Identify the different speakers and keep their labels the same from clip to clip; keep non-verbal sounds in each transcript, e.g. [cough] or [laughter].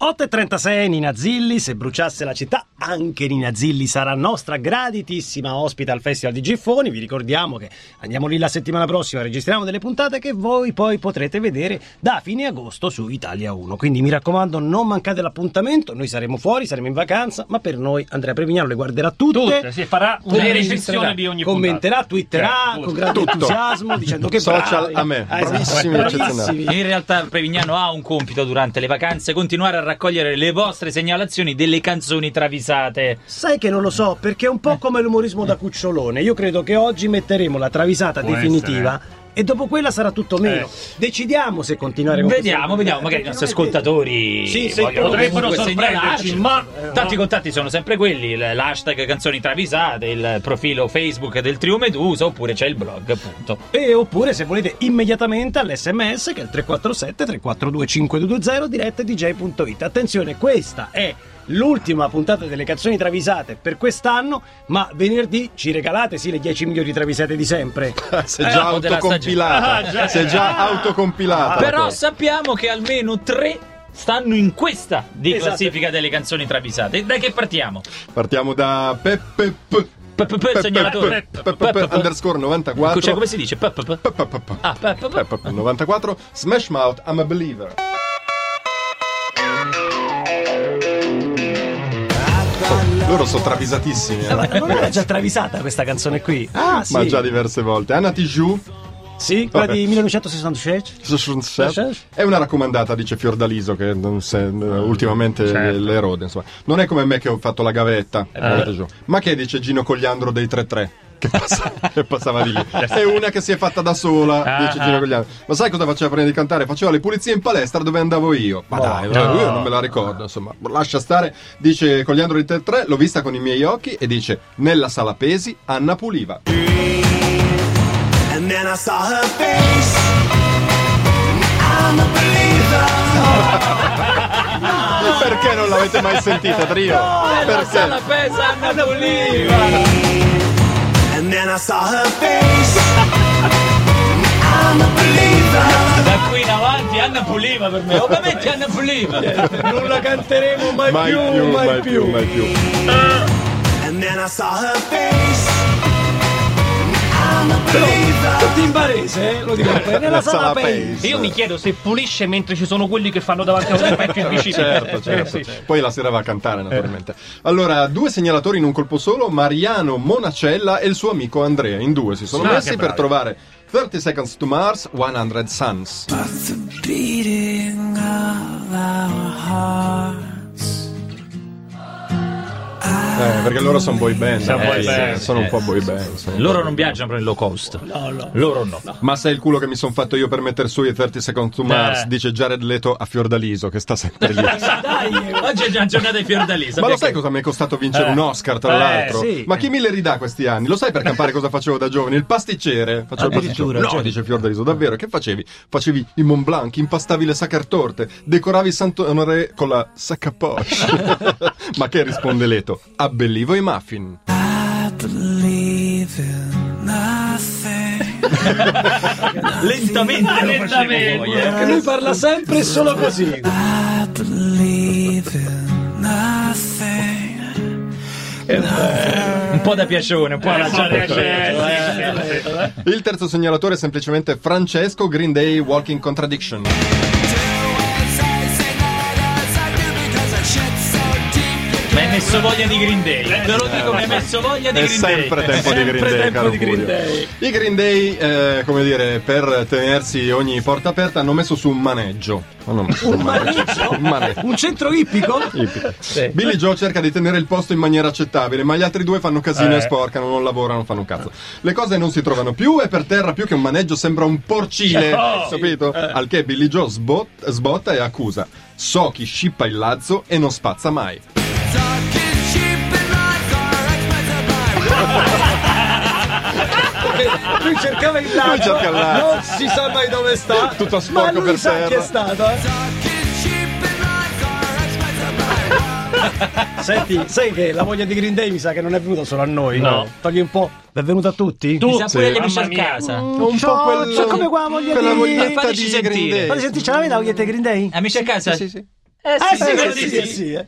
Speaker 1: 8.36 Nina Zilli, se bruciasse la città, anche Nina Zilli sarà nostra graditissima ospite al Festival di Giffoni. Vi ricordiamo che andiamo lì la settimana prossima, registriamo delle puntate che voi poi potrete vedere da fine agosto su Italia 1. Quindi mi raccomando, non mancate l'appuntamento, noi saremo fuori, saremo in vacanza, ma per noi Andrea Prevignano le guarderà tutte.
Speaker 2: Tutte, sì, farà una
Speaker 1: Tutte.
Speaker 2: recensione di ogni
Speaker 1: Commenterà,
Speaker 2: puntata.
Speaker 1: twitterà
Speaker 2: Cioè, tutto.
Speaker 1: con grande
Speaker 3: Tutto.
Speaker 1: entusiasmo dicendo che
Speaker 3: Social
Speaker 1: bravi.
Speaker 3: a me.
Speaker 1: Ah, esatto,
Speaker 3: Bravissimi, eccezionali.
Speaker 4: In realtà Prevignano ha un compito durante le vacanze, continuare a raccogliere le vostre segnalazioni delle canzoni travisate.
Speaker 1: Sai che non lo so, perché è un po' come l'umorismo da cucciolone. Io credo che oggi metteremo la travisata
Speaker 2: Può
Speaker 1: definitiva. E dopo quella sarà tutto meno.
Speaker 2: Eh.
Speaker 1: Decidiamo se continuare con
Speaker 4: Vediamo,
Speaker 1: questo-
Speaker 4: vediamo, magari i nostri ascoltatori
Speaker 1: Sì, sì,
Speaker 4: vogliono
Speaker 2: potrebbero
Speaker 4: comunque
Speaker 2: sorprenderci,
Speaker 4: segnalarci.
Speaker 2: ma-
Speaker 1: eh,
Speaker 4: Tanti contatti sono sempre quelli, l- l'hashtag canzoni travisate, il profilo Facebook del Trio Medusa oppure c'è il blog, appunto.
Speaker 1: E Eh, oppure se volete immediatamente all'SMS che è il 347 342 5220 diretta dj.it. Attenzione, questa è l'ultima puntata delle canzoni travisate per quest'anno, ma venerdì ci regalate sì le 10 migliori travisate di sempre.
Speaker 3: [laughs] Si è già
Speaker 4: dopo della
Speaker 2: stagione. Ah, già.
Speaker 3: autocompilata. Si è già autocompilata.
Speaker 1: Ah,
Speaker 3: la
Speaker 4: Però
Speaker 3: cosa.
Speaker 4: sappiamo che almeno tre stanno in questa di
Speaker 1: Esatto.
Speaker 4: classifica delle canzoni travisate. Da che partiamo?
Speaker 3: Partiamo da Peppe P.
Speaker 4: Peppe P, il segnalatore.
Speaker 3: Peppe P, Peppe P, underscore 94.
Speaker 4: Cioè, come si dice? Peppe P?
Speaker 3: Peppe P.
Speaker 4: Ah, Peppe P.
Speaker 3: Peppe P, 94. Smash Mouth, I'm a Believer. Loro sono travisatissimi. eh.
Speaker 1: Ma non era già travisata questa canzone qui? Ah, sì.
Speaker 3: Ma già diverse volte. Anna Tijoux,
Speaker 1: Sì, quella
Speaker 3: Vabbè.
Speaker 1: di 1966.
Speaker 3: È una raccomandata, dice Fiordaliso, che non se-
Speaker 4: Ah,
Speaker 3: ultimamente
Speaker 2: certo.
Speaker 3: le erode. Insomma. Non è come me che ho fatto la gavetta,
Speaker 4: Eh,
Speaker 3: guardate giù. ma che dice Gino Cogliandro dei 3-3. Che
Speaker 4: [laughs]
Speaker 3: passa- che passava di lì è una che si è fatta da sola
Speaker 4: Ah,
Speaker 3: dice Gino Cogliandro ma sai cosa faceva prima di cantare faceva le pulizie in palestra dove andavo io ma dai
Speaker 4: no.
Speaker 3: io non me la ricordo insomma lascia stare dice Cogliandro dei 3-3 l'ho vista con i miei occhi e dice nella sala pesi Anna puliva
Speaker 5: And then I saw her face. I'm a believer.
Speaker 4: Ah.
Speaker 3: perché non l'avete mai sentita trio perché
Speaker 4: La pesa Anna Oliva.
Speaker 5: And then I saw her face. I'm a believer.
Speaker 4: Da qui in avanti Anna Puliva per me. Ovviamente Anna Puliva.
Speaker 1: Non la canteremo
Speaker 3: mai più, mai più, mai più.
Speaker 5: And then I saw her face. I'm a believer.
Speaker 1: Tutti in barese, eh, lo dico. eh, Nella
Speaker 3: La
Speaker 1: sala
Speaker 3: sala
Speaker 1: Pace.
Speaker 3: Pace. Certo,
Speaker 2: Io mi chiedo se pulisce mentre ci sono quelli che fanno davanti a un specchio in bicicletta.
Speaker 4: Eh,
Speaker 3: Certo, certo. Poi la sera va a
Speaker 2: Eh.
Speaker 3: cantare, naturalmente. Allora, due segnalatori in un colpo solo, Mariano Monacella e il suo amico Andrea. In due si sono
Speaker 2: Ah, che
Speaker 3: messi per
Speaker 2: bravi.
Speaker 3: trovare 30 Seconds to Mars, 100 Suns.
Speaker 5: Beating of our heart.
Speaker 3: Eh, perché loro sono boy band.
Speaker 2: Sono
Speaker 3: eh,
Speaker 2: boy
Speaker 3: sì,
Speaker 2: band, Eh,
Speaker 3: sono un po' boy band. sono un
Speaker 4: Loro
Speaker 3: po'
Speaker 4: non
Speaker 3: boy
Speaker 4: viaggiano per il low cost. Loro no.
Speaker 3: band. Ma sai il culo che mi sono fatto io per mettere su i 30 Seconds to Mars,
Speaker 4: Eh.
Speaker 3: dice Jared Leto a Fiordaliso, che sta sempre
Speaker 2: [laughs]
Speaker 3: lì.
Speaker 4: Oggi è già una giornata di Fiordalisa.
Speaker 3: Ma lo sai cosa mi è costato vincere un Oscar, tra
Speaker 1: Eh,
Speaker 3: l'altro?
Speaker 1: sì.
Speaker 3: Ma chi me le ridà questi anni? Lo sai per campare cosa facevo da giovane? Il pasticcere. Facevo il
Speaker 1: Addirittura,
Speaker 3: pasticcere. No,
Speaker 1: cioè-
Speaker 3: dice Fiordaliso, davvero, che facevi? Facevi i Mont Blanc, impastavi le saccartorte, decoravi Sant'Onore con la
Speaker 1: [laughs]
Speaker 3: sacca poche. Ma che risponde Leto? Abbellivo i muffin.
Speaker 5: I believe in nothing.
Speaker 4: Lentamente, lentamente.
Speaker 1: Che lui parla sempre e solo così.
Speaker 5: I believe in nothing.
Speaker 4: Un po' da piacione, eh. un po' da
Speaker 3: Il terzo segnalatore è semplicemente Francesco Green Day Walking Contradiction.
Speaker 4: Mi hai messo voglia di Green Day. Te lo dico, mi hai messo voglia di
Speaker 3: È
Speaker 4: Green Day.
Speaker 3: sempre tempo di Green Day, caro Furio. I Green Day, eh, come dire, per tenersi ogni porta aperta, hanno messo su un maneggio. Hanno messo un maneggio? un maneggio.
Speaker 1: Un centro ippico?
Speaker 3: Billy Joe cerca di tenere il posto in maniera accettabile, ma gli altri due fanno casino e sporcano, non lavorano, fanno un cazzo. Le cose non si trovano più e per terra più che un maneggio sembra un porcile, capito? Al che Billy Joe sbot- sbotta e accusa. So chi scippa il lazzo e non spazza mai.
Speaker 1: Lui cercava il
Speaker 3: Lui
Speaker 1: lato.
Speaker 3: cerca il lato.
Speaker 1: Non si sa mai dove sta.
Speaker 3: Tutto sporco
Speaker 1: ma lui
Speaker 3: per
Speaker 1: sa
Speaker 3: terra.
Speaker 1: chi è stato. eh. Senti, sai che la voglia di Green Day mi sa che non è venuta solo a noi.
Speaker 2: No.
Speaker 1: Togli un po'. È venuta a tutti?
Speaker 4: Mi sa pure
Speaker 3: Sì.
Speaker 4: gli amici
Speaker 2: Mamma
Speaker 4: a
Speaker 2: mia.
Speaker 4: casa.
Speaker 3: Un po' quel-
Speaker 1: c'ho come qua, voglio
Speaker 3: quella
Speaker 1: dire.
Speaker 3: voglietta
Speaker 4: Fateci
Speaker 3: di Green
Speaker 4: sentire.
Speaker 3: Day.
Speaker 1: Fate sentire la voglia di Green Day?
Speaker 4: Amici a Eh, casa?
Speaker 3: Sì, sì.
Speaker 4: Eh,
Speaker 2: Eh
Speaker 1: Ah,
Speaker 2: sì,
Speaker 1: sì,
Speaker 2: credo
Speaker 1: sì,
Speaker 2: di
Speaker 1: sì,
Speaker 2: sì.
Speaker 1: sì, eh.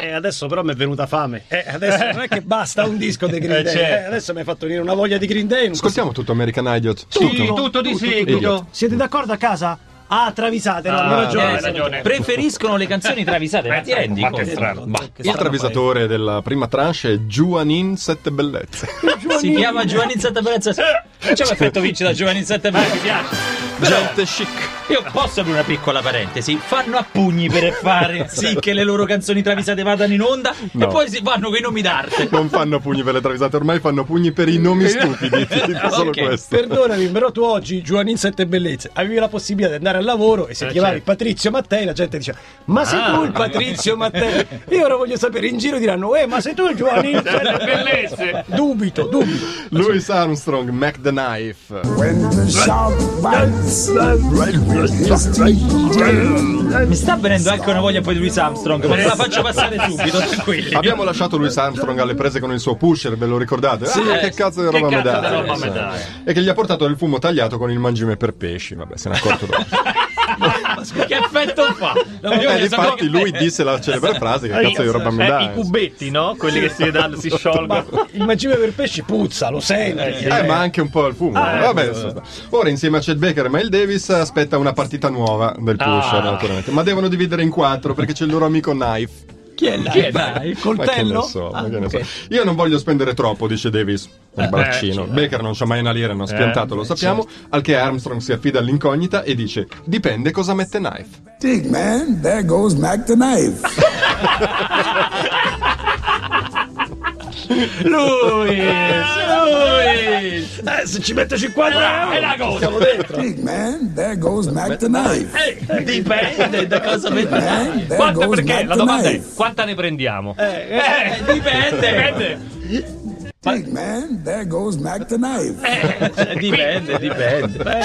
Speaker 1: Eh, adesso però mi è venuta fame. Eh, adesso non è che basta un disco dei Green
Speaker 4: Eh,
Speaker 1: Day.
Speaker 4: certo.
Speaker 1: Eh, adesso mi hai fatto venire una voglia di Green Day. non posso-
Speaker 3: Ascoltiamo tutto American Idiot.
Speaker 2: Sì, tutto di seguito.
Speaker 1: Siete d'accordo a casa? Ah, travisate, no,
Speaker 2: Ah,
Speaker 1: hanno ragione.
Speaker 2: hai
Speaker 1: hanno
Speaker 2: ragione.
Speaker 4: Preferiscono le canzoni travisate, ma ti rendi
Speaker 2: Ma che
Speaker 4: conto?
Speaker 2: strano.
Speaker 4: Ma-
Speaker 3: Il travisatore della prima tranche è Juanin Sette Bellezze.
Speaker 1: [laughs]
Speaker 4: si chiama Giovanizzata Perezza. C'è un effetto vinci da Giovanizzata Perezza. Mi piace.
Speaker 3: Gente chic.
Speaker 4: Io posso aprire una piccola parentesi? Fanno a pugni per fare sì che le loro canzoni travisate vadano in onda e
Speaker 3: No.
Speaker 4: poi si fanno con i nomi d'arte.
Speaker 3: Non fanno pugni per le travisate, ormai fanno pugni per
Speaker 1: [laughs]
Speaker 3: i nomi stupidi. ti dico solo
Speaker 4: Ok.
Speaker 3: questo.
Speaker 1: Perdonami, però tu oggi, Giovanni in Sette Bellezze, avevi la possibilità di andare al lavoro e se
Speaker 2: Eh,
Speaker 1: chiamavi
Speaker 2: certo.
Speaker 1: Patrizio Mattei la gente diceva ma sei tu il Patrizio Mattei? Io ora voglio sapere, in giro diranno eh ma sei tu il Giovanni in Sette Bellezze? Dubito, dubito.
Speaker 3: Louis Armstrong, Mac the Knife.
Speaker 5: When the shark bites the red with his teeth.
Speaker 4: Mi sta venendo anche una voglia poi di Louis Armstrong, ma non la faccio passare subito, tranquilli.
Speaker 3: [laughs] Abbiamo lasciato Louis Armstrong alle prese con il suo pusher, ve lo ricordate? ah, che cazzo di
Speaker 2: che
Speaker 3: roba
Speaker 2: cazzo di
Speaker 3: medaglia.
Speaker 2: roba medaglia.
Speaker 3: E che gli ha portato del fumo tagliato con il mangime per pesci, vabbè, se n'è accorto dopo.
Speaker 4: Che effetto fa? Io
Speaker 3: Eh,
Speaker 4: voglio sapere
Speaker 3: infatti
Speaker 4: che-
Speaker 3: lui disse la celebre frase che cazzo di roba
Speaker 2: Eh, I
Speaker 3: medaglia.
Speaker 2: cubetti, no? Quelli che si vedono, si
Speaker 1: Ma
Speaker 2: sciolgono.
Speaker 1: il mangime per pesci puzza, lo senti.
Speaker 3: Eh, ma anche un po' il fumo. eh. Vabbè, insomma. Ora, insieme a Chet Baker e Miles Davis, aspetta una partita nuova del
Speaker 1: Ah.
Speaker 3: pusher, naturalmente. Ma devono dividere in quattro perché c'è il loro amico Knife. Eh,
Speaker 1: Chi è là? Il
Speaker 3: Ma che ne
Speaker 1: coltello?
Speaker 3: so,
Speaker 1: Ah,
Speaker 3: ma che ne
Speaker 1: ok. Eh,
Speaker 3: so. Io non voglio spendere troppo, dice Davis. Il braccino. Baker non c'ha mai una lira, non ha spiantato, lo sappiamo.
Speaker 1: certo.
Speaker 3: Al che Armstrong si affida all'incognita e dice: Dipende cosa mette Knife.
Speaker 5: Dig, man, there goes Mac the knife.
Speaker 1: Eh, se ci mette 50 euro, Eh, è la cosa. Siamo dentro.
Speaker 5: Dig, man, there goes Mac the knife.
Speaker 2: Eh,
Speaker 4: Dipende da cosa vedi.
Speaker 5: Man, there
Speaker 2: Quanta
Speaker 5: goes
Speaker 2: perché?
Speaker 5: Mac
Speaker 2: La
Speaker 5: the
Speaker 2: domanda è
Speaker 5: knife.
Speaker 2: quanta ne prendiamo?
Speaker 4: Eh, dipende. Dipende.
Speaker 5: Dig, man, there goes Mac the knife.
Speaker 2: Eh, cioè,
Speaker 3: Eh,
Speaker 4: Dipende, dipende.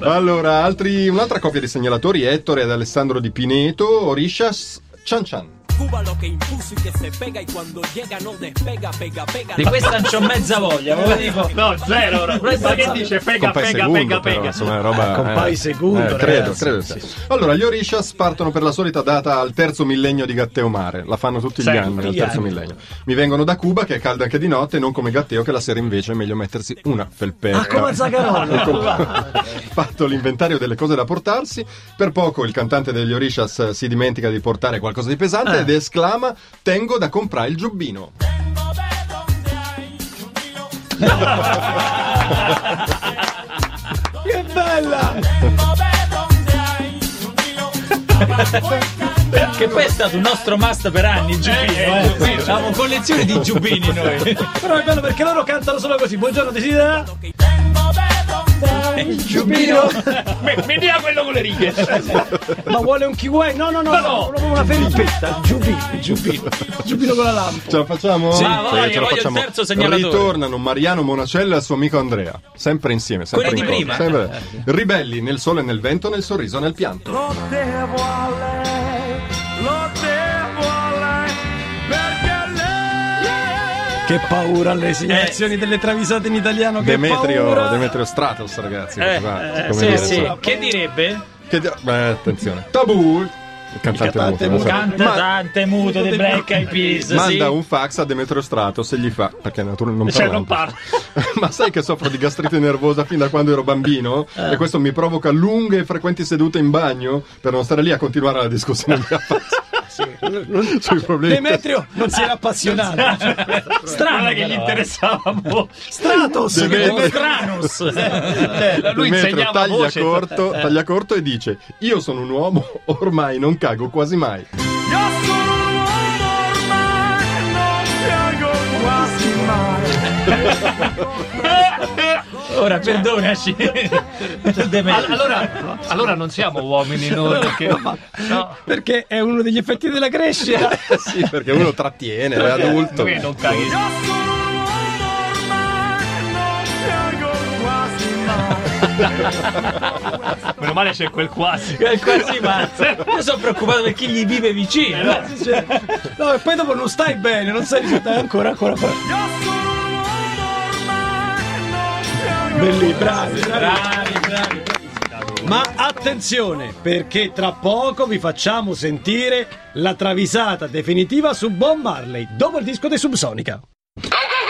Speaker 3: Allora, altri- un'altra coppia di segnalatori, Ettore ed Alessandro di Pineto, Orishas Chan Chan.
Speaker 6: Cuba lo que impuso y que se pega y cuando llega no despega, pega, pega.
Speaker 4: Di questa non c'ho mezza voglia, ve lo dico.
Speaker 2: Eh, No, zero. ora. Questa che dice pega,
Speaker 3: Compai
Speaker 2: pega,
Speaker 3: Segundo,
Speaker 2: pega,
Speaker 3: però,
Speaker 2: pega.
Speaker 3: insomma, è roba, eh,
Speaker 1: Compai Segundo,
Speaker 3: credo,
Speaker 1: ragazzi.
Speaker 3: credo sia. Allora, gli Orishas partono per la solita data al terzo millennio di Gatteo Mare. La fanno tutti gli
Speaker 2: Sempre,
Speaker 3: anni, al
Speaker 1: gli
Speaker 3: terzo
Speaker 1: anni.
Speaker 3: millennio. Mi vengono da Cuba, che è calda anche di notte, non come Gatteo, che la sera invece è meglio mettersi una felpetta.
Speaker 1: Ah,
Speaker 2: Ecco.
Speaker 1: come a
Speaker 3: Eh,
Speaker 1: Zagarolo.
Speaker 3: [laughs] Fatto l'inventario delle cose da portarsi, per poco il cantante degli Orishas eh, si dimentica di portare qualcosa di pesante ed esclama: Tengo da comprare il giubbino.
Speaker 1: Che bella!
Speaker 4: Che poi è stato un nostro must per anni, il giubbino. eh. Avevamo collezione di giubbini noi.
Speaker 1: Però è bello perché loro cantano solo così. Buongiorno, desidera. Eh, Giubino.
Speaker 2: Mi- Mi dia quello con le righe.
Speaker 4: Eh,
Speaker 1: Ma vuole un kiwi? No, no, no,
Speaker 2: Ma
Speaker 1: no,
Speaker 2: no.
Speaker 1: proprio una felpetta. Giubino, giubino. Giubino con la lampada.
Speaker 3: Ce la facciamo?
Speaker 4: Sì,
Speaker 3: Perché
Speaker 4: voglio-
Speaker 3: ce la
Speaker 4: voglio il
Speaker 3: facciamo.
Speaker 4: terzo segnalatore.
Speaker 3: Ritornano Mariano Monacella e il suo amico Andrea. Sempre insieme, sempre
Speaker 4: Quelli di
Speaker 3: in corso,
Speaker 4: prima. Eh,
Speaker 3: sempre. Ribelli nel sole e nel vento, nel sorriso e nel pianto.
Speaker 1: Che paura le segnalazioni delle travisate in italiano. Che
Speaker 3: Demetrio,
Speaker 1: paura.
Speaker 3: Demetrio Stratos, ragazzi.
Speaker 4: Eh,
Speaker 3: guarda,
Speaker 4: eh,
Speaker 3: come
Speaker 4: sì,
Speaker 3: dire,
Speaker 4: sì.
Speaker 3: insomma.
Speaker 4: Che direbbe?
Speaker 3: Che di- beh, attenzione. Tabù, il cantante, muto, lo so.
Speaker 4: Canta
Speaker 3: Ma-
Speaker 4: tante muto dei Black Eyed Peas, sì.
Speaker 3: Manda un fax a Demetrio Stratos e gli fa perché naturalmente non
Speaker 2: Cioè,
Speaker 3: parla.
Speaker 2: non parla.
Speaker 3: [laughs] Ma sai che soffro di gastrite nervosa fin da quando ero bambino?
Speaker 2: Eh.
Speaker 3: E questo mi provoca lunghe e frequenti sedute in bagno per non stare lì a continuare la discussione di affazzi.
Speaker 2: [laughs]
Speaker 3: [laughs] Sui problemi.
Speaker 1: Demetrio non si era [laughs] appassionato. cioè,
Speaker 2: Strano che gli
Speaker 4: eh.
Speaker 2: interessava boh. un po'.
Speaker 1: Stratos. che
Speaker 3: Demetrio-
Speaker 1: Demetrio-
Speaker 4: Stranus.
Speaker 2: Cioè,
Speaker 3: Demetrio
Speaker 2: lui insegnava
Speaker 3: taglia
Speaker 2: voce. Eh.
Speaker 3: corto, taglia corto e dice: Io sono un uomo, ormai non cago quasi mai.
Speaker 4: [laughs] Ora perdonaci.
Speaker 2: Al-
Speaker 4: Demetrio.
Speaker 2: Allora, allora non siamo uomini noi perché no,
Speaker 1: Perché è uno degli effetti della crescita. [laughs]
Speaker 3: sì, perché uno trattiene, è adulto.
Speaker 2: noi non caghi. Meno male c'è quel quasi.
Speaker 4: È quasi
Speaker 2: [laughs]
Speaker 4: mazza. Io sono preoccupato per chi gli vive
Speaker 2: Eh,
Speaker 4: vicino.
Speaker 1: No, e poi dopo non stai bene, non sai risultare ancora, ancora. ancora. Belli, bravi, bravi.
Speaker 4: Bravi, bravi.
Speaker 1: Ma attenzione, perché tra poco vi facciamo sentire la travisata definitiva su Bob Marley dopo il disco di Subsonica.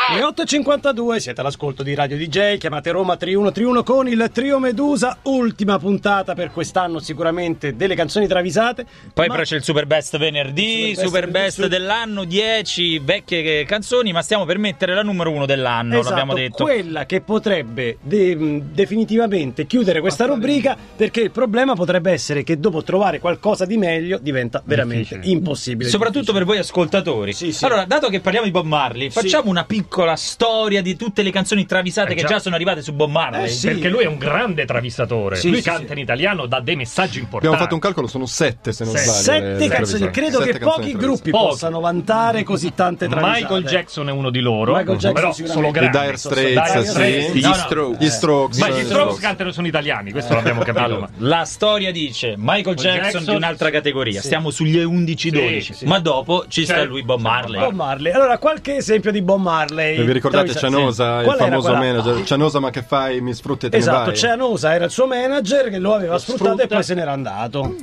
Speaker 1: Le 8.52 siete all'ascolto di Radio DJ, chiamate Roma 3131 con il Trio Medusa, ultima puntata per quest'anno sicuramente delle canzoni travisate.
Speaker 4: Poi
Speaker 1: ma-
Speaker 4: però c'è il Super Best venerdì,
Speaker 1: Super Best
Speaker 4: Super
Speaker 1: venerdì,
Speaker 4: Best
Speaker 1: su-
Speaker 4: dell'anno, 10 vecchie canzoni, ma stiamo per mettere la numero uno dell'anno,
Speaker 1: Esatto,
Speaker 4: l'abbiamo detto.
Speaker 1: quella che potrebbe de- mh, definitivamente chiudere questa rubrica perché il problema potrebbe essere che dopo trovare qualcosa di meglio diventa veramente impossibile.
Speaker 4: Soprattutto per
Speaker 1: Difficile.
Speaker 4: voi ascoltatori.
Speaker 1: Sì, sì.
Speaker 4: Allora, dato che parliamo di Bob Marley, facciamo una piccola storia di tutte le canzoni travisate
Speaker 2: Eh,
Speaker 4: che
Speaker 2: già.
Speaker 4: già sono arrivate su Bob Marley.
Speaker 1: Eh, sì.
Speaker 2: Perché lui è un grande travisatore.
Speaker 1: Sì,
Speaker 2: lui
Speaker 1: sì, Eh,
Speaker 2: canta
Speaker 1: sì.
Speaker 2: in italiano, dà dei messaggi importanti.
Speaker 3: Abbiamo fatto un calcolo, sono sette se non
Speaker 2: Sette.
Speaker 3: sbaglio. le- le
Speaker 1: Sette canzoni,
Speaker 3: travisate.
Speaker 1: credo
Speaker 3: Sette
Speaker 1: che
Speaker 3: canzoni
Speaker 1: pochi
Speaker 3: travisate.
Speaker 1: gruppi
Speaker 2: Pochi.
Speaker 1: possano vantare così tante travisate.
Speaker 2: Michael Jackson è uno di loro.
Speaker 1: Michael Jackson
Speaker 2: però sono
Speaker 1: sicuramente.
Speaker 3: I
Speaker 2: grandi.
Speaker 3: Dire
Speaker 1: sono- Dire
Speaker 3: Straits,
Speaker 1: Straits,
Speaker 3: sì.
Speaker 7: Gli
Speaker 4: no, no.
Speaker 7: Strokes.
Speaker 3: Gli Strokes.
Speaker 2: Ma gli
Speaker 3: eh,
Speaker 2: Strokes cantano sono italiani, questo l'abbiamo capito. ma-
Speaker 4: La storia dice Michael Jackson,
Speaker 2: Jackson,
Speaker 4: di un'altra categoria, stiamo sugli 11-12,
Speaker 2: Sì, sì.
Speaker 4: ma dopo ci sta
Speaker 2: Cioè,
Speaker 4: lui Bob Marley.
Speaker 1: Bob Marley. Allora, qualche esempio di Bob Marley.
Speaker 3: E vi ricordate
Speaker 1: Travisate.
Speaker 3: Cianosa,
Speaker 1: Sì.
Speaker 3: il
Speaker 1: Qual era
Speaker 3: famoso
Speaker 1: quella-
Speaker 3: manager? Cianosa, ma che fai? Mi sfrutti e te ne
Speaker 1: Esatto,
Speaker 3: vai.
Speaker 1: Cianosa era il suo manager che lo aveva sfruttato e
Speaker 4: sfrutta.
Speaker 1: poi se n'era andato.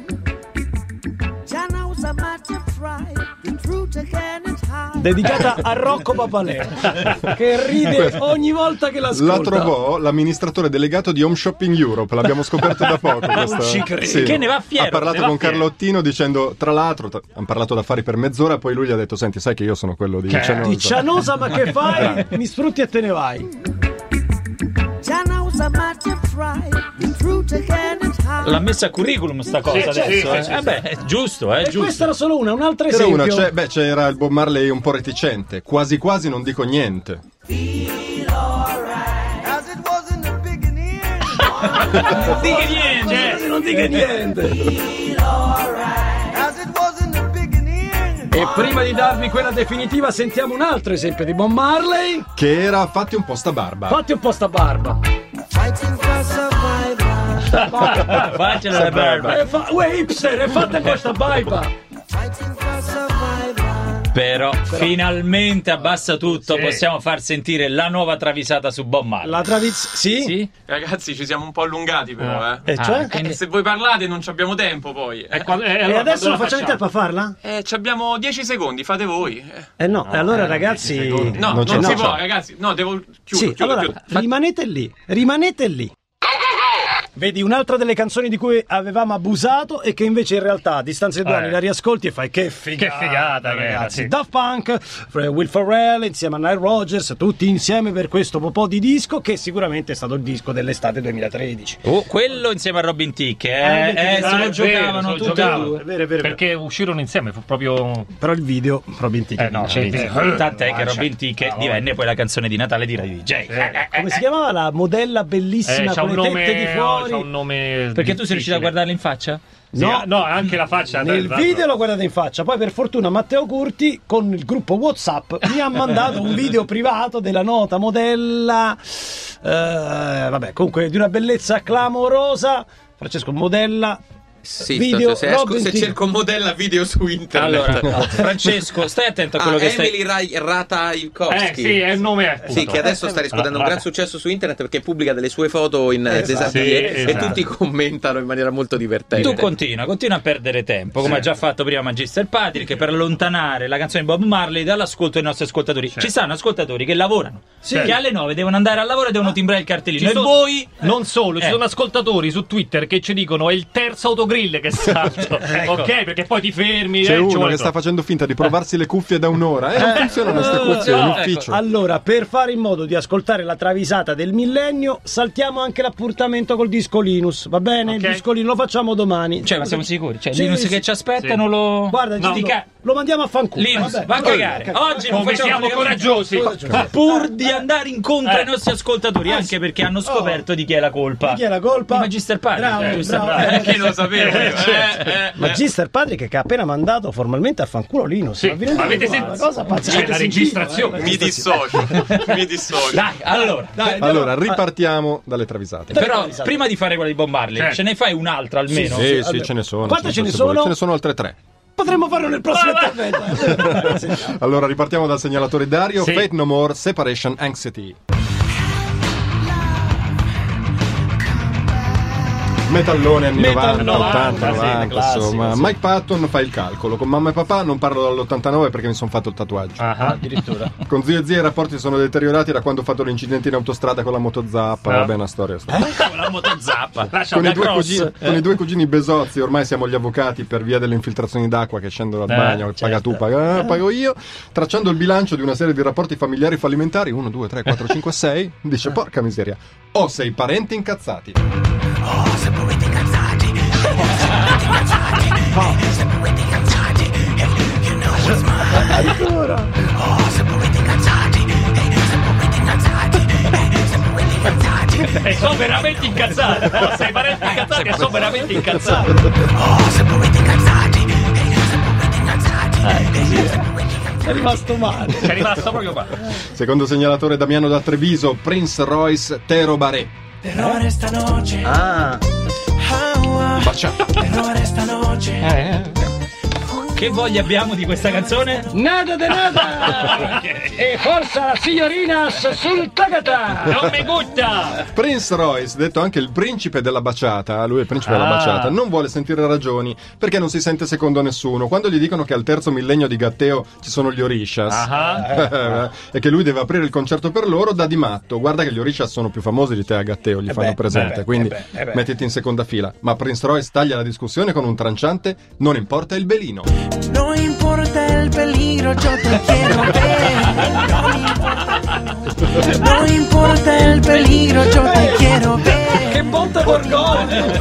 Speaker 8: Janos are much of fried and fruit again and high.
Speaker 1: dedicata a Rocco Papaleo che ride ogni volta che l'ascolta
Speaker 3: La trovò l'amministratore delegato di Home Shopping Europe, l'abbiamo scoperto da poco. Questa...
Speaker 1: ci credo.
Speaker 4: Che ne va fiero,
Speaker 3: Ha parlato
Speaker 4: ne va
Speaker 3: con
Speaker 4: fiero.
Speaker 3: Carlottino dicendo, tra l'altro, t- hanno parlato d'affari per mezz'ora, poi lui gli ha detto, senti, sai che io sono quello di
Speaker 2: Che-
Speaker 3: Cianosa.
Speaker 1: di Cianosa ma che fai? mi sfrutti e te ne vai
Speaker 8: Janos are much of fried and fruit again and high.
Speaker 4: L'ha messa a curriculum sta cosa
Speaker 2: sì,
Speaker 4: adesso.
Speaker 2: sì,
Speaker 4: eh?
Speaker 2: sì,
Speaker 4: Eh beh, è giusto, eh,
Speaker 1: e
Speaker 4: giusto.
Speaker 1: questa era solo una cioè- un altro
Speaker 3: C'era
Speaker 1: esempio
Speaker 3: una, c'è- beh, c'era il Bob Marley un po' reticente, quasi quasi non dico niente.
Speaker 8: As it was in the beginning.
Speaker 4: Dica niente.
Speaker 1: non
Speaker 4: [laughs]
Speaker 1: dica niente
Speaker 8: As it was in the beginning.
Speaker 1: e prima di darvi quella definitiva sentiamo un altro esempio di Bob Marley
Speaker 3: Che era fatti un po' sta barba.
Speaker 1: fatti un po' sta barba
Speaker 8: Fighting for survival.
Speaker 4: Faccela la barba.
Speaker 1: e fa uè hipster e fate un po' sta barba
Speaker 8: Fighting for survival.
Speaker 4: Però, finalmente abbassa tutto,
Speaker 2: Sì.
Speaker 4: possiamo far sentire la nuova travisata su Bob Marley.
Speaker 1: la Travis sì?
Speaker 4: Sì?
Speaker 9: Ragazzi, ci siamo un po' allungati, però, eh.
Speaker 1: e cioè?
Speaker 9: Eh, se voi parlate non ci abbiamo tempo poi. Eh,
Speaker 2: E, quando- e
Speaker 1: e
Speaker 2: allora
Speaker 1: adesso
Speaker 2: quando
Speaker 1: non
Speaker 2: la
Speaker 1: facciamo in tempo a farla?
Speaker 9: Eh, ci abbiamo 10 secondi, fate voi. Eh,
Speaker 1: eh no, e allora ragazzi
Speaker 3: Non
Speaker 9: No, non,
Speaker 3: ce la
Speaker 9: si
Speaker 3: facciamo.
Speaker 9: può, ragazzi. No, devo chiudo,
Speaker 1: Sì,
Speaker 9: chiudo,
Speaker 1: allora
Speaker 9: chiudo.
Speaker 1: rimanete lì, rimanete lì. Vedi un'altra delle canzoni di cui avevamo abusato e che invece in realtà a distanza di due
Speaker 2: Eh.
Speaker 1: anni la riascolti e fai che
Speaker 2: Che
Speaker 1: figata,
Speaker 2: figata,
Speaker 1: ragazzi.
Speaker 2: ragazzi.
Speaker 1: Daft Punk, Fre- Will Ferrell insieme a Nile Rogers, tutti insieme per questo po' di disco che sicuramente è stato il disco dell'estate 2013.
Speaker 4: Oh, quello insieme a Robin Tick,
Speaker 1: Ah,
Speaker 4: eh,
Speaker 1: Robin
Speaker 4: eh,
Speaker 1: Thicke,
Speaker 4: se
Speaker 1: ah,
Speaker 4: lo
Speaker 1: è
Speaker 4: giocavano
Speaker 2: vero, se lo
Speaker 4: tutti
Speaker 2: giocavano.
Speaker 4: e due.
Speaker 1: È vero, è vero, è vero.
Speaker 2: Perché uscirono insieme, fu proprio...
Speaker 1: Però il video Robin Tick.
Speaker 2: Eh no,
Speaker 1: Cioè,
Speaker 2: Robin Tick.
Speaker 1: eh,
Speaker 4: Tant'è che
Speaker 2: Ah,
Speaker 4: Robin
Speaker 2: certo.
Speaker 4: Tick
Speaker 2: Ah,
Speaker 4: divenne poi la canzone di Natale di Radio DJ.
Speaker 1: Come si chiamava la modella
Speaker 2: Eh,
Speaker 1: bellissima
Speaker 2: Cioè, c'ha
Speaker 1: con
Speaker 2: un
Speaker 1: le tette di
Speaker 2: nome... oh,
Speaker 1: fuori?
Speaker 2: c'ha un nome
Speaker 4: Perché tu sei riuscito
Speaker 2: difficile.
Speaker 4: a guardarla in faccia?
Speaker 2: Sì,
Speaker 1: No.
Speaker 2: ah, no, anche la faccia. Eh,
Speaker 1: Nel
Speaker 2: tra l'altro.
Speaker 1: video lo guardate in faccia, poi per fortuna Matteo Curti con il gruppo Whatsapp mi ha mandato un video privato della nota modella, eh, vabbè comunque di una bellezza clamorosa, Francesco Modella,
Speaker 7: Sì,
Speaker 1: video
Speaker 7: sto- se, esco-
Speaker 1: Robin
Speaker 7: se
Speaker 1: Tick.
Speaker 7: cerco modella video su internet.
Speaker 4: [laughs] Allora, Francesco, stai attento a
Speaker 7: Ah,
Speaker 4: quello che stai...
Speaker 7: Emily Rai- Ratajkowski.
Speaker 2: Eh sì, è il nome. appunto.
Speaker 7: Sì, che adesso sta riscuotendo un gran
Speaker 2: Allora,
Speaker 7: successo su internet perché pubblica delle sue foto in eh, [laughs]
Speaker 2: Sì,
Speaker 7: desafie e
Speaker 2: esatto.
Speaker 7: tutti commentano in maniera molto divertente.
Speaker 4: Tu continua, continua a perdere tempo, come ha già fatto prima Magister Patrick, per allontanare la canzone di Bob Marley dall'ascolto dei nostri ascoltatori. Ci stanno ascoltatori che lavorano, che alle 9 devono andare al lavoro e
Speaker 1: Ah.
Speaker 4: devono timbrare il cartellino.
Speaker 2: Ci
Speaker 4: e
Speaker 2: sono-
Speaker 4: voi
Speaker 2: Non solo, ci
Speaker 4: Eh.
Speaker 2: sono ascoltatori su Twitter che ci dicono è il terzo autogrill che salto. Ok, perché poi ti fermi.
Speaker 3: C'è
Speaker 2: eh, ci
Speaker 3: uno
Speaker 2: vuole
Speaker 3: che sta facendo finta di provarsi le cuffie da un'ora e
Speaker 1: Eh.
Speaker 3: non funzionano queste cuffie in
Speaker 1: Ecco,
Speaker 4: no,
Speaker 3: ufficio.
Speaker 1: Allora, per fare in modo di ascoltare la travisata del millennio, saltiamo anche l'appuntamento col disco Linus, va bene?
Speaker 2: Ok.
Speaker 1: Il disco Linus lo facciamo domani.
Speaker 4: Cioè, ma siamo sicuri? Cioè,
Speaker 1: Sì,
Speaker 4: Linus
Speaker 1: sì.
Speaker 4: che ci aspettano lo...
Speaker 1: Guarda, ti
Speaker 4: no.
Speaker 1: dico,
Speaker 4: Dica-
Speaker 1: lo mandiamo a fanculo.
Speaker 4: Linus,
Speaker 1: vabbè.
Speaker 4: va a cagare. Oggi non facciamo
Speaker 2: Come siamo
Speaker 4: praticamente-
Speaker 2: coraggiosi.
Speaker 4: Pur di andare incontro
Speaker 2: Eh.
Speaker 4: ai nostri ascoltatori, anche perché hanno scoperto di chi è la colpa.
Speaker 1: Ah, Oh. Di chi è la colpa?
Speaker 4: Di Magister Patrick.
Speaker 1: Bravo,
Speaker 4: Eh, Magister
Speaker 1: bravo.
Speaker 4: Patrick.
Speaker 9: Chi lo sapeva? io? Eh, eh, eh.
Speaker 1: Magister Patrick che ha appena mandato formalmente a fanculo Linus.
Speaker 2: Sì,
Speaker 1: Ma vi rendete
Speaker 2: avete
Speaker 1: conto?
Speaker 2: sentito?
Speaker 1: Una cosa pazzesca.
Speaker 2: C'è la
Speaker 1: Avete
Speaker 2: registrazione.
Speaker 1: sentito, eh?
Speaker 9: Mi dissocio, mi dissocio.
Speaker 4: Dai, allora.
Speaker 1: Dai, dai,
Speaker 3: Allora,
Speaker 1: dai.
Speaker 3: ripartiamo dalle travisate.
Speaker 4: Però
Speaker 1: Dai, dai.
Speaker 4: prima di fare quella di Bob Marley,
Speaker 2: Certo.
Speaker 4: ce ne fai un'altra almeno.
Speaker 3: Eh. Sì, sì,
Speaker 1: allora.
Speaker 3: ce ne sono.
Speaker 1: Quante ce ne
Speaker 3: se vuole.
Speaker 1: sono?
Speaker 3: Ce ne sono altre tre.
Speaker 1: Potremmo farlo nel prossimo intervento.
Speaker 3: Allora, ripartiamo dal segnalatore Dario.
Speaker 2: Sì.
Speaker 3: Fate No More, Separation Anxiety. metallone anni
Speaker 1: Metal
Speaker 3: 90,
Speaker 1: 90,
Speaker 3: 80,
Speaker 1: sì,
Speaker 3: 90,
Speaker 1: classico,
Speaker 3: insomma.
Speaker 1: sì.
Speaker 3: Mike Patton fa il calcolo. Con mamma e papà non parlo dall'89 perché mi sono fatto il tatuaggio.
Speaker 1: Ah, addirittura.
Speaker 4: [laughs]
Speaker 3: Con zio e zia i rapporti sono deteriorati da quando ho fatto l'incidente in autostrada con la motozappa.
Speaker 1: Ah.
Speaker 3: Vabbè, una storia. storia.
Speaker 4: la motozappa.
Speaker 2: Lascia
Speaker 3: Con, i
Speaker 2: da
Speaker 3: due
Speaker 2: cross.
Speaker 3: cugini,
Speaker 4: Eh.
Speaker 3: con i due cugini Besozzi, ormai siamo gli avvocati per via delle infiltrazioni d'acqua che scendono dal
Speaker 2: Eh,
Speaker 3: bagno, paga
Speaker 1: certo.
Speaker 3: tu, paga, eh, pago io, tracciando il bilancio di una serie di rapporti familiari fallimentari, 1, 2, 3, 4, 5, 6,
Speaker 1: Eh.
Speaker 3: dice porca miseria, ho sei parenti incazzati.
Speaker 9: Oh, Oh,
Speaker 4: Eh,
Speaker 2: E sono
Speaker 3: [laughs]
Speaker 2: veramente incazzato. No, sei veramente incazzato e sono veramente incazzato.
Speaker 9: Oh,
Speaker 1: È rimasto male.
Speaker 2: C'è rimasto proprio qua.
Speaker 3: Secondo segnalatore Damiano da Treviso, Prince Royce Tero Baré.
Speaker 1: Ah,
Speaker 4: Che voglia abbiamo di questa canzone?
Speaker 1: nada de nada! e forza la signorina sul tagata!
Speaker 2: Non mi gutta!
Speaker 3: Prince Royce, detto anche il principe della baciata, lui è il principe della
Speaker 1: Ah.
Speaker 3: baciata, non vuole sentire ragioni perché non si sente secondo a nessuno. Quando gli dicono che al terzo millennio di Gatteo ci sono gli Orishas
Speaker 1: Ah,
Speaker 3: [laughs] e che lui deve aprire il concerto per loro, da di matto. Guarda che gli Orishas sono più famosi di te a Gatteo, gli fanno
Speaker 1: beh,
Speaker 3: presente,
Speaker 1: eh beh,
Speaker 3: quindi
Speaker 1: eh beh, eh beh.
Speaker 3: mettiti in seconda fila. Ma Prince Royce taglia la discussione con un tranciante, non importa il belino.
Speaker 8: No importa el peligro, yo te quiero ver. No importa el peligro, yo te
Speaker 1: Eh.
Speaker 8: quiero ver.
Speaker 4: botta borgone!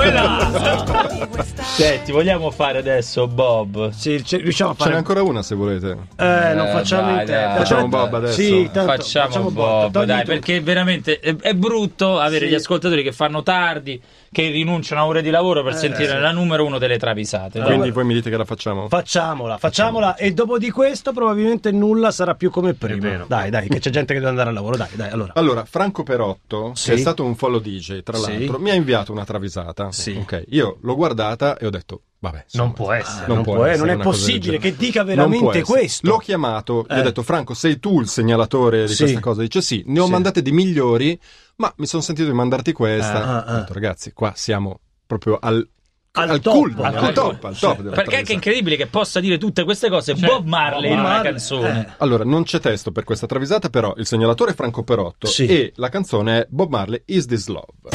Speaker 4: Senti, Eh, vogliamo fare adesso Bob?
Speaker 1: Sì, ce- riusciamo a
Speaker 3: Ce n'è
Speaker 1: fare
Speaker 3: ancora una se volete.
Speaker 1: Eh, non
Speaker 4: Eh,
Speaker 1: facciamo
Speaker 4: dai,
Speaker 1: in tempo.
Speaker 4: dai.
Speaker 3: Facciamo un bob adesso?
Speaker 1: Sì, tanto,
Speaker 4: facciamo, un
Speaker 1: botta,
Speaker 4: Bob,
Speaker 1: togli
Speaker 4: dai,
Speaker 1: tutto.
Speaker 4: perché veramente è, è brutto avere
Speaker 1: Sì.
Speaker 4: gli ascoltatori che fanno tardi, che rinunciano a ore di lavoro per sentire la numero uno delle travisate.
Speaker 3: Quindi voi mi dite che la facciamo?
Speaker 1: Facciamola, facciamola e dopo di questo probabilmente nulla sarà più come prima. Dai, dai, che c'è gente che deve andare al lavoro, dai, dai, allora.
Speaker 3: Allora, Franco Perotto,
Speaker 1: Sì.
Speaker 3: che è stato un follow DJ, tra
Speaker 1: Sì.
Speaker 3: l'altro, mi ha inviato una travisata.
Speaker 1: Sì.
Speaker 3: Ok, io l'ho guardata e ho detto, vabbè, insomma,
Speaker 2: Non può essere.
Speaker 1: non può, eh,
Speaker 3: essere
Speaker 1: non è
Speaker 3: una cosa del
Speaker 1: possibile
Speaker 3: genere.
Speaker 1: che dica
Speaker 3: Non
Speaker 1: veramente
Speaker 3: può essere.
Speaker 1: questo.
Speaker 3: L'ho chiamato, gli
Speaker 1: Eh.
Speaker 3: ho detto, Franco, sei tu il segnalatore di
Speaker 1: Sì.
Speaker 3: questa cosa? Dice sì, ne ho
Speaker 1: Sì.
Speaker 3: mandate di migliori, ma mi sono sentito di mandarti questa.
Speaker 1: Ah, ah,
Speaker 3: Ho detto, rragazzi, qua siamo proprio al,
Speaker 1: Al
Speaker 3: top,
Speaker 1: top,
Speaker 3: culmine,
Speaker 1: al
Speaker 3: al,
Speaker 1: top.
Speaker 3: top, al top della
Speaker 4: Perché è anche
Speaker 3: travisata.
Speaker 4: incredibile che possa dire tutte queste cose Bob Marley
Speaker 2: Bob
Speaker 4: in una
Speaker 1: Marley, Eh.
Speaker 4: canzone.
Speaker 3: Allora, non c'è testo per questa travisata, però il segnalatore è Franco Perotto
Speaker 1: Sì.
Speaker 3: e la canzone è Bob Marley Is This Love.
Speaker 8: I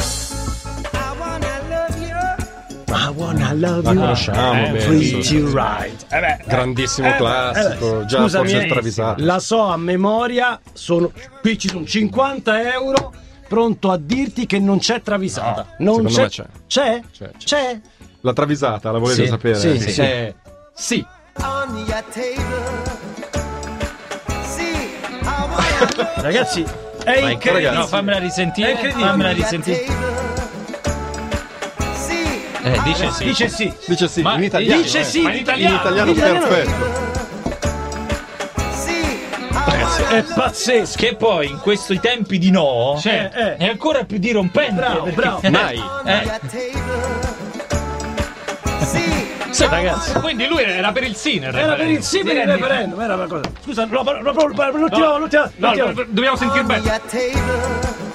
Speaker 8: wanna love you.
Speaker 1: I wanna love
Speaker 3: La
Speaker 1: you.
Speaker 3: conosciamo
Speaker 1: eh,
Speaker 3: bene,
Speaker 1: Treat
Speaker 3: sì.
Speaker 1: you right. Eh beh,
Speaker 3: Grandissimo classico, già
Speaker 1: scusami, eh,
Speaker 3: forse travisato.
Speaker 1: La so a memoria, sono qui ci sono 50 euro pronto a dirti che non c'è travisata. non
Speaker 3: secondo
Speaker 1: c'è.
Speaker 3: me
Speaker 1: C'è?
Speaker 3: C'è, c'è.
Speaker 1: C'è?
Speaker 3: La travisata, la volete
Speaker 1: Sì,
Speaker 3: sapere?
Speaker 1: sì, sì, sì.
Speaker 3: Eh, sì.
Speaker 8: On your table. See, I wanna love you.
Speaker 1: Ragazzi, è incredibile.
Speaker 3: ragazzi,
Speaker 4: No, fammela risentire, fammela risentire. Eh, dice sì.
Speaker 1: Dice sì.
Speaker 3: Dice sì,
Speaker 4: Ma
Speaker 3: in italiano.
Speaker 1: dice
Speaker 3: eh.
Speaker 1: sì,
Speaker 2: ma in italiano,
Speaker 3: in italiano
Speaker 1: in italiano.
Speaker 3: perfetto.
Speaker 1: È pazzesco.
Speaker 4: Che poi in questi tempi di no
Speaker 2: Cioè,
Speaker 1: Eh, eh.
Speaker 4: è ancora più dirompente.
Speaker 1: Bravo,
Speaker 4: perché-
Speaker 1: bravo.
Speaker 4: [laughs]
Speaker 3: Mai.
Speaker 4: Eh,
Speaker 2: Sì, ragazzi. Quindi lui era per il Sinner.
Speaker 1: Era per il sì per il referendum, era una cosa. Scusa, no, no, no, no, l'ultima, l'ultima,
Speaker 2: No,
Speaker 1: l'ultima.
Speaker 2: dobbiamo sentire bene.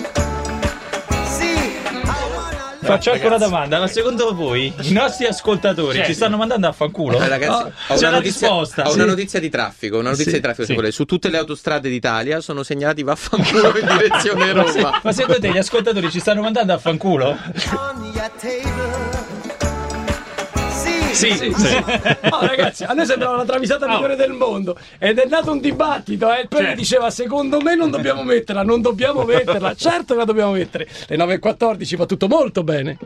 Speaker 4: faccio anche una domanda, ma secondo voi i nostri ascoltatori
Speaker 2: Sì.
Speaker 4: ci stanno mandando a fanculo? Oh,
Speaker 7: Eh, ragazzi, ho,
Speaker 4: c'è
Speaker 7: una
Speaker 4: la
Speaker 7: notizia,
Speaker 4: risposta.
Speaker 7: ho una
Speaker 4: Sì.
Speaker 7: notizia di traffico. Una notizia di traffico.
Speaker 2: sì.
Speaker 7: secondo lei. Su tutte le autostrade d'Italia sono segnalati vaffanculo
Speaker 9: [laughs]
Speaker 7: in direzione
Speaker 4: Ma se-
Speaker 7: Roma.
Speaker 4: Ma secondo te gli ascoltatori ci stanno mandando a fanculo?
Speaker 8: Sì.
Speaker 1: Oh, ragazzi, a noi sembrava la travisata migliore del mondo ed è nato un dibattito. Eh. Il Pelle
Speaker 2: Certo.
Speaker 1: diceva: Secondo me non [laughs] dobbiamo metterla, non dobbiamo metterla. Certo che la dobbiamo mettere. Le 9.14 va tutto molto bene.